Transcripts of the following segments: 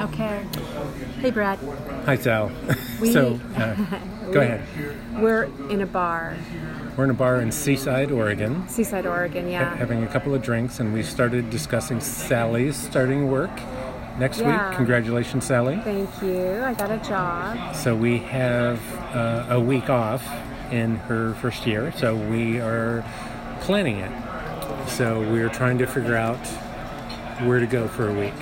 Okay. Hey, Brad. Hi, Sal. We- so, uh, go We- ahead. We're in a bar, We're in a bar in Seaside, Oregon, Seaside, Oregon. ha- Yeah. having a couple of drinks, and we started discussing Sally's starting work next Yeah. week. Congratulations, Sally. Thank you. I got a job. So, we have uh, a week off in her first year, so we are planning it. So, we're trying to figure out where to go for a week.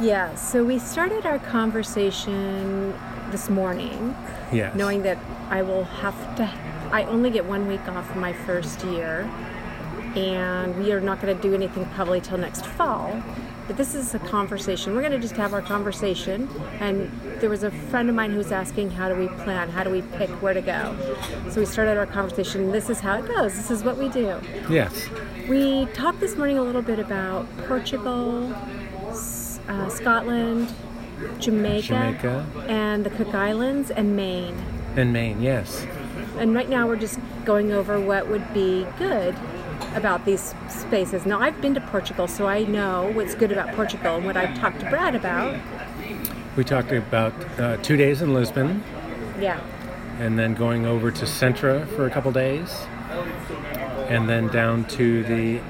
Yeah. So we started our conversation this morning, Yes. knowing that I will have to. I only get one week off my first year, and we are not going to do anything probably till next fall. But this is a conversation. We're going to just have our conversation. And there was a friend of mine who was asking, how do we plan? How do we pick where to go? So we started our conversation. This is how it goes. This is what we do. Yes. We talked this morning a little bit about Portugal, S- uh, Scotland, Jamaica, Jamaica. and the Cook Islands, and Maine. In Maine, yes. And right now we're just going over what would be good about these spaces. Now, I've been to Portugal, so I know what's good about Portugal and what I've talked to Brad about. We talked about uh, two days in Lisbon. Yeah. and then going over to Centra for a couple days, and then down to the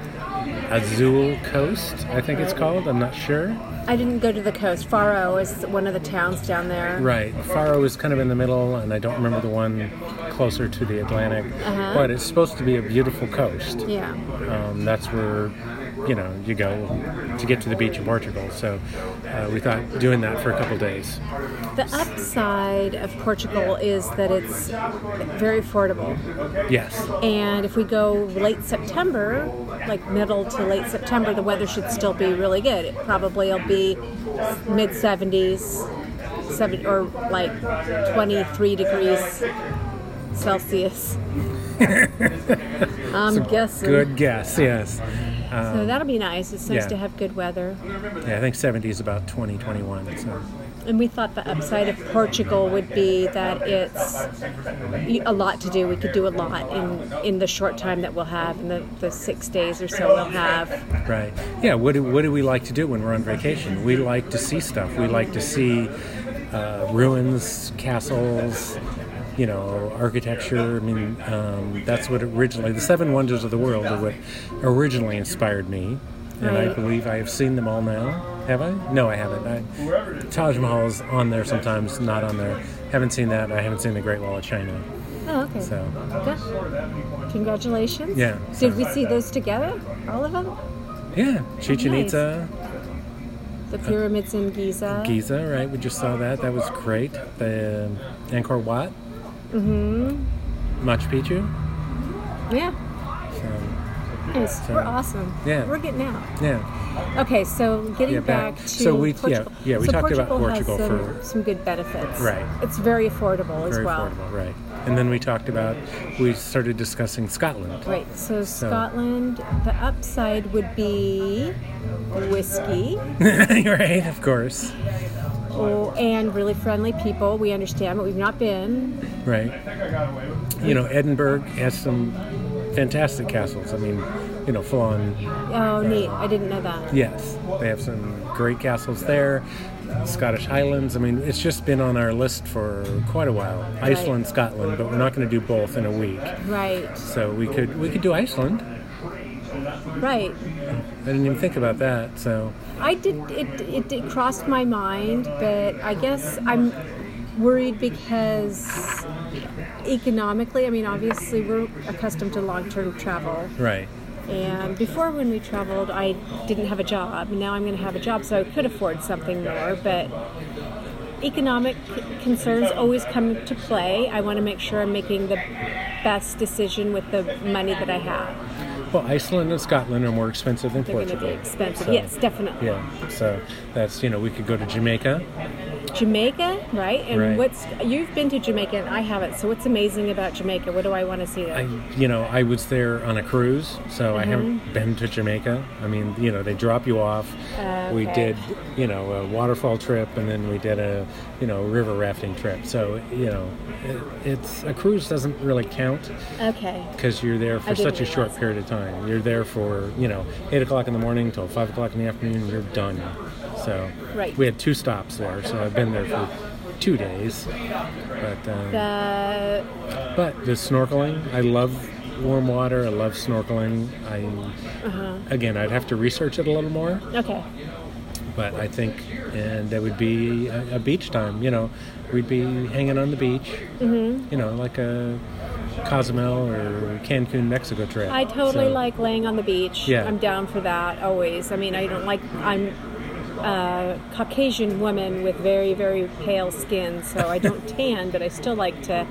Azul Coast, I think it's called. I'm not sure. I didn't go to the coast. Faro is one of the towns down there. Right, Faro is kind of in the middle, and I don't remember the one closer to the Atlantic, Uh-huh. but it's supposed to be a beautiful coast. Yeah. Um, that's where you know you go to get to the beach in Portugal. So uh, we thought doing that for a couple days. The upside of Portugal is that it's very affordable. Yes, And if we go late September, like middle to late September, the weather should still be really good. It probably will be mid 70s, seven or like 23 degrees Celsius. I'm guessing. good guess. Yes, So that'll be nice. It's nice Yeah. to have good weather. yeah, I think 70 is about 2021. so. And we thought the upside of Portugal would be that it's a lot to do. We could do a lot in, in the short time that we'll have, in the, the six days or so we'll have. Right. Yeah. What do, what do we like to do when we're on vacation? We like to see stuff. We like to see uh, ruins, castles, you know, architecture. I mean, um, that's what originally the Seven Wonders of the World are what originally inspired me, and I Right. believe I have seen them all now. Have I? No, I haven't. I, Taj Mahal is on there sometimes, not on there. Haven't seen that. I haven't seen the Great Wall of China. Oh, okay. So Yeah. Congratulations. Yeah. Did we see those together? All of them? yeah, Chichen Nice. Itza. The Uh, pyramids in Giza. Giza, right? We just saw that. That was great. The Angkor Wat, Mm-hmm. Machu Picchu. Yeah. So, Nice. So- We're awesome. Yeah. We're getting out. yeah, Okay, so getting Yeah, back. back. to So we- yeah, Portugal. yeah, we So talked about Portugal has some, for- some good benefits. Right. It's very affordable as very well. affordable, right? And then we talked about we started discussing Scotland. Right. So, Scotland, the upside would be whiskey right, of course. oh, and really friendly people. We understand, but we've not been. Right. You know, Edinburgh has some fantastic castles. I mean, you know, full on. Oh, neat. I didn't know that. Yes, they have some great castles there. Scottish Highlands. I mean, it's just been on our list for quite a while. Iceland, Scotland, but we're not going to do both in a week. Right. So we could we could do Iceland. Right. I didn't even think about that. So I did it, it. It crossed my mind, but I guess I'm worried because economically, I mean, obviously we're accustomed to long-term travel, right, and before when we traveled, I didn't have a job. Now I'm going to have a job, so I could afford something more, but. Economic concerns always come to play. I want to make sure I'm making the best decision with the money that I have. well, Iceland and Scotland are more expensive than They're going to Portugal. be expensive. So, yes, definitely. Yeah. So that's you know we could go to Jamaica. Jamaica, right? And Right. what's you've been to Jamaica and I haven't. So what's amazing about Jamaica? What do I want to see there? I you know Mm-hmm. I was there on a cruise, so I haven't been to Jamaica. I mean you know they drop you off. We Uh, Okay. did, you know, a waterfall trip, and then we did a, you know, river rafting trip. So, you know, it, it's a cruise doesn't really count Okay. because you're there for didn't such a short realize. period of time. You're there for you know eight o'clock in the morning till five o'clock in the afternoon. You're done. So Right. we had two stops there, so I've been there for two days. But um, The but the snorkeling, I love warm water. I love snorkeling. I Uh-huh. again, I'd have to research it a little more okay. but I think, and that would be a, a beach time. You know, we'd be hanging on the beach. Mm-hmm. You know, like a Cozumel or Cancun, Mexico trip. I totally So- like laying on the beach. Yeah. I'm down for that always. I mean, I don't like I'm a Caucasian woman with very very pale skin, so I don't tan, but I still like to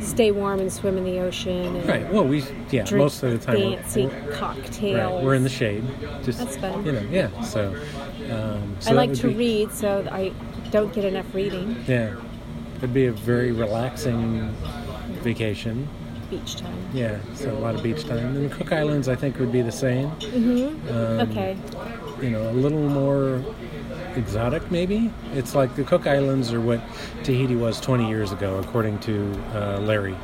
stay warm and swim in the ocean and Right. Well, we yeah. drink most of the time, we're- fancy we're, cocktails. right, we're in the shade. Just That's fun. you know, yeah. So, um, so I that like would to be- read, so I don't get enough reading. Yeah, it'd be a very relaxing vacation. Beach time. Yeah, so a lot of beach time. And the Cook Islands, I think, would be the same. Um, okay. you know, a little more exotic, maybe. It's like the Cook Islands are what Tahiti was 20 years ago, according to uh, Larry.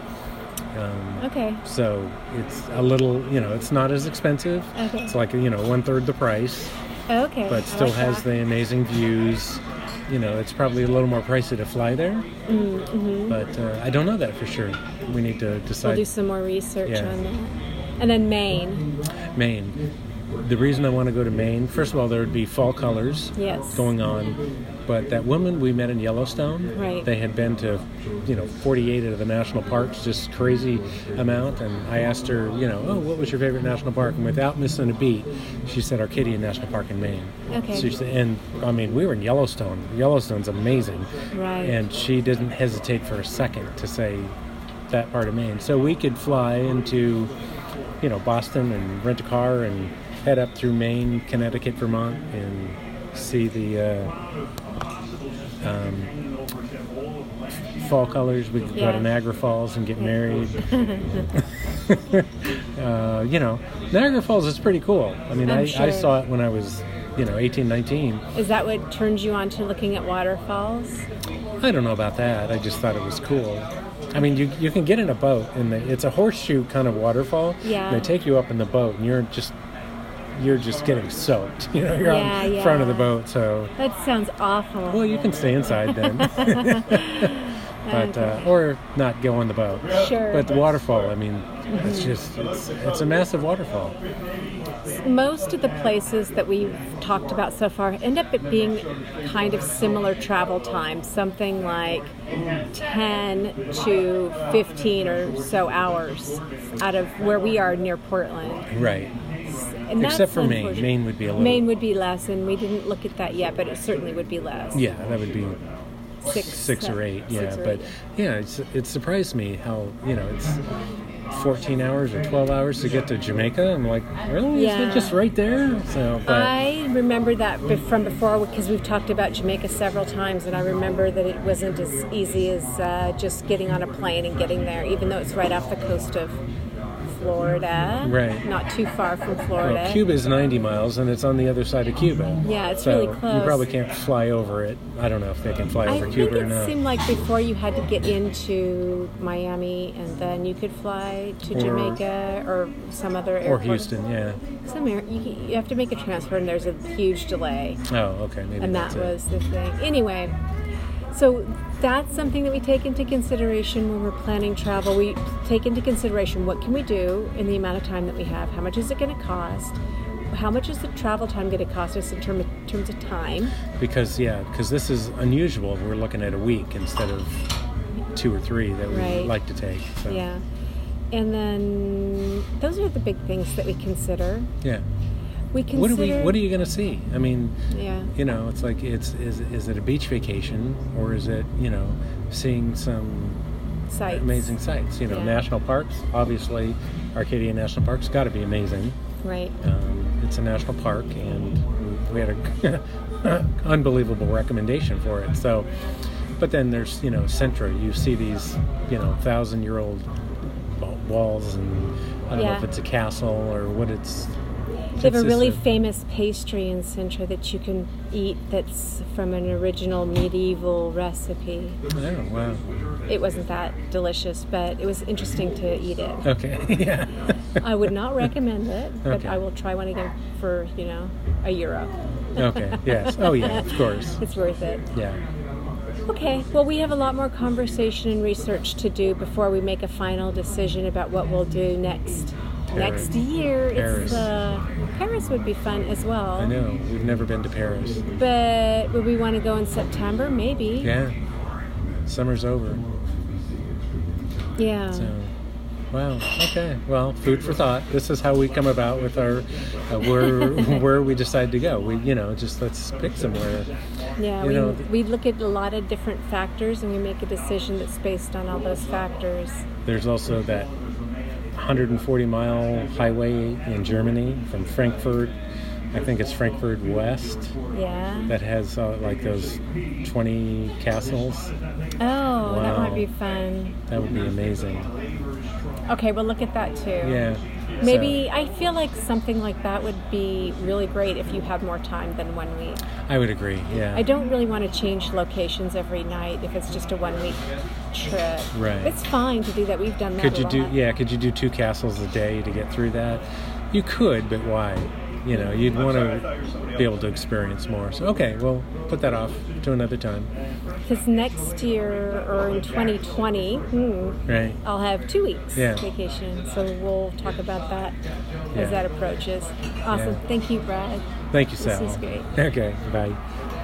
Okay. So it's a little, you know, it's not as expensive. Okay. It's like, you know, one third the price, Okay. I but still like has that. the amazing views. You know, it's probably a little more pricey to fly there. Mm-hmm. But uh, I don't know that for sure. We need to We'll decide. do some more research Yeah. on that. And then Maine. Maine. The reason I want to go to Maine, first of all, there would be fall colors Yes. going on. But that woman we met in Yellowstone, Right. they had been to, you know, 48 of the national parks, just crazy amount. And I asked her, you know, oh, what was your favorite national park? And without missing a beat, she said Arcadia National Park in Maine. Okay. So she said, and I mean, we were in Yellowstone. Yellowstone's amazing. Right. And she didn't hesitate for a second to say that part of Maine. So we could fly into, you know, Boston and rent a car and head up through Maine, Connecticut, Vermont, and see the uh, um, fall colors. We could go Yeah. to Niagara Falls and get married. uh, you know, Niagara Falls is pretty cool. I mean, I'm I, I sure. saw it when I was, you know, 18, 19. Is that what turns you on to looking at waterfalls? I don't know about that. I just thought it was cool. I mean, you, you can get in a boat, and the, it's a horseshoe kind of waterfall. Yeah. They take you up in the boat, and you're just you're just getting soaked. You know, you're Yeah, out in front of yeah. the boat, so That sounds awful. well, you can stay inside then, but uh, or not go on the boat. Sure. But the waterfall, I mean, it's just it's it's a massive waterfall. Most of the places that we've talked about so far end up at being kind of similar travel times, something like 10 to 15 or so hours out of where we are near Portland. Right. And Except that's for Maine. unfortunate. Maine would be a little- Maine would be less, and we didn't look at that yet, but it certainly would be less. Yeah, that would be Six, six or seven- eight. Yeah, six or eight. but yeah, it's, it surprised me how you know it's 14 hours or 12 hours to get to Jamaica. I'm like, really? Is Yeah. it just right there? So, but I remember that be- from before because we've talked about Jamaica several times, and I remember that it wasn't as easy as uh, just getting on a plane and getting there, even though it's right off the coast of Florida. Right. Not too far from Florida. well, Cuba is 90 miles, and it's on the other side of Cuba. Yeah, it's so really close. You probably can't fly over it. I don't know if they can fly I over think Cuba uh, or it not. seemed like before you had to get into Miami and then you could fly to Or- Jamaica or some other or airport. Houston, yeah. Some air, you, you have to make a transfer and there's a huge delay. Oh, okay, maybe and that that's it. was the thing. Anyway, so that's something that we take into consideration when we're planning travel. We take into consideration what can we do in the amount of time that we have. How much is it going to cost? How much is the travel time going to cost us in term of, terms of time? because yeah, because this is unusual. We're looking at a week instead of two or three that we Right. like to take. So, Yeah. And then those are the big things that we consider. yeah. We consider. what are we what are you going to see i mean Yeah. you know it's like it's is, is it a beach vacation or is it you know seeing some Sites. amazing sights you know Yeah. national parks obviously arcadia national park's got to be amazing Right. um, it's a national park and we had a unbelievable recommendation for it so but then there's you know centra you see these you know thousand year old walls and i don't know Yeah. if it's a castle or what it's They have a It's just really a- famous pastry in Sintra that you can eat that's from an original medieval recipe. Oh, wow. It wasn't that delicious, but it was interesting to eat it. Okay. yeah. I would not recommend it, but Okay. I will try one again for, you know, a euro. okay. Yes. Oh, yeah. Of course. It's worth it. Yeah. Okay, well, we have a lot more conversation and research to do before we make a final decision about what we'll do next. Paris. Next year, it's Paris. the Paris would be fun as well. I know. We've never been to Paris. But would we want to go in September? Maybe. Yeah. Summer's over. Yeah. So, wow. Okay. Well, food for thought. This is how we come about with our uh, where where we decide to go. We, you know, just let's pick somewhere. yeah. you We, know- we look at a lot of different factors and we make a decision that's based on all those factors. There's also that 140 mile highway in Germany from Frankfurt. I think it's Frankfurt West Yeah. that has uh, like those 20 castles. oh, that Wow. might be fun. That would be amazing. Okay, we'll look at that too. Yeah. So- Maybe I feel like something like that would be really great if you had more time than one week. I would agree. Yeah. I don't really want to change locations every night if it's just a one week trip. Right. It's fine to do that. We've done that. Could a you do? lot. Yeah, could you do two castles a day to get through that? You could, but why? You know, you'd want to be able to experience more. So okay, well, put that off to another time, Because next year or in 2020, hmm, right? I'll have two weeks Yeah. vacation. So we'll talk about that Yeah. as that approaches. Awesome. Yeah. Thank you, Brad. Thank you, This Sal. is great. Okay, bye.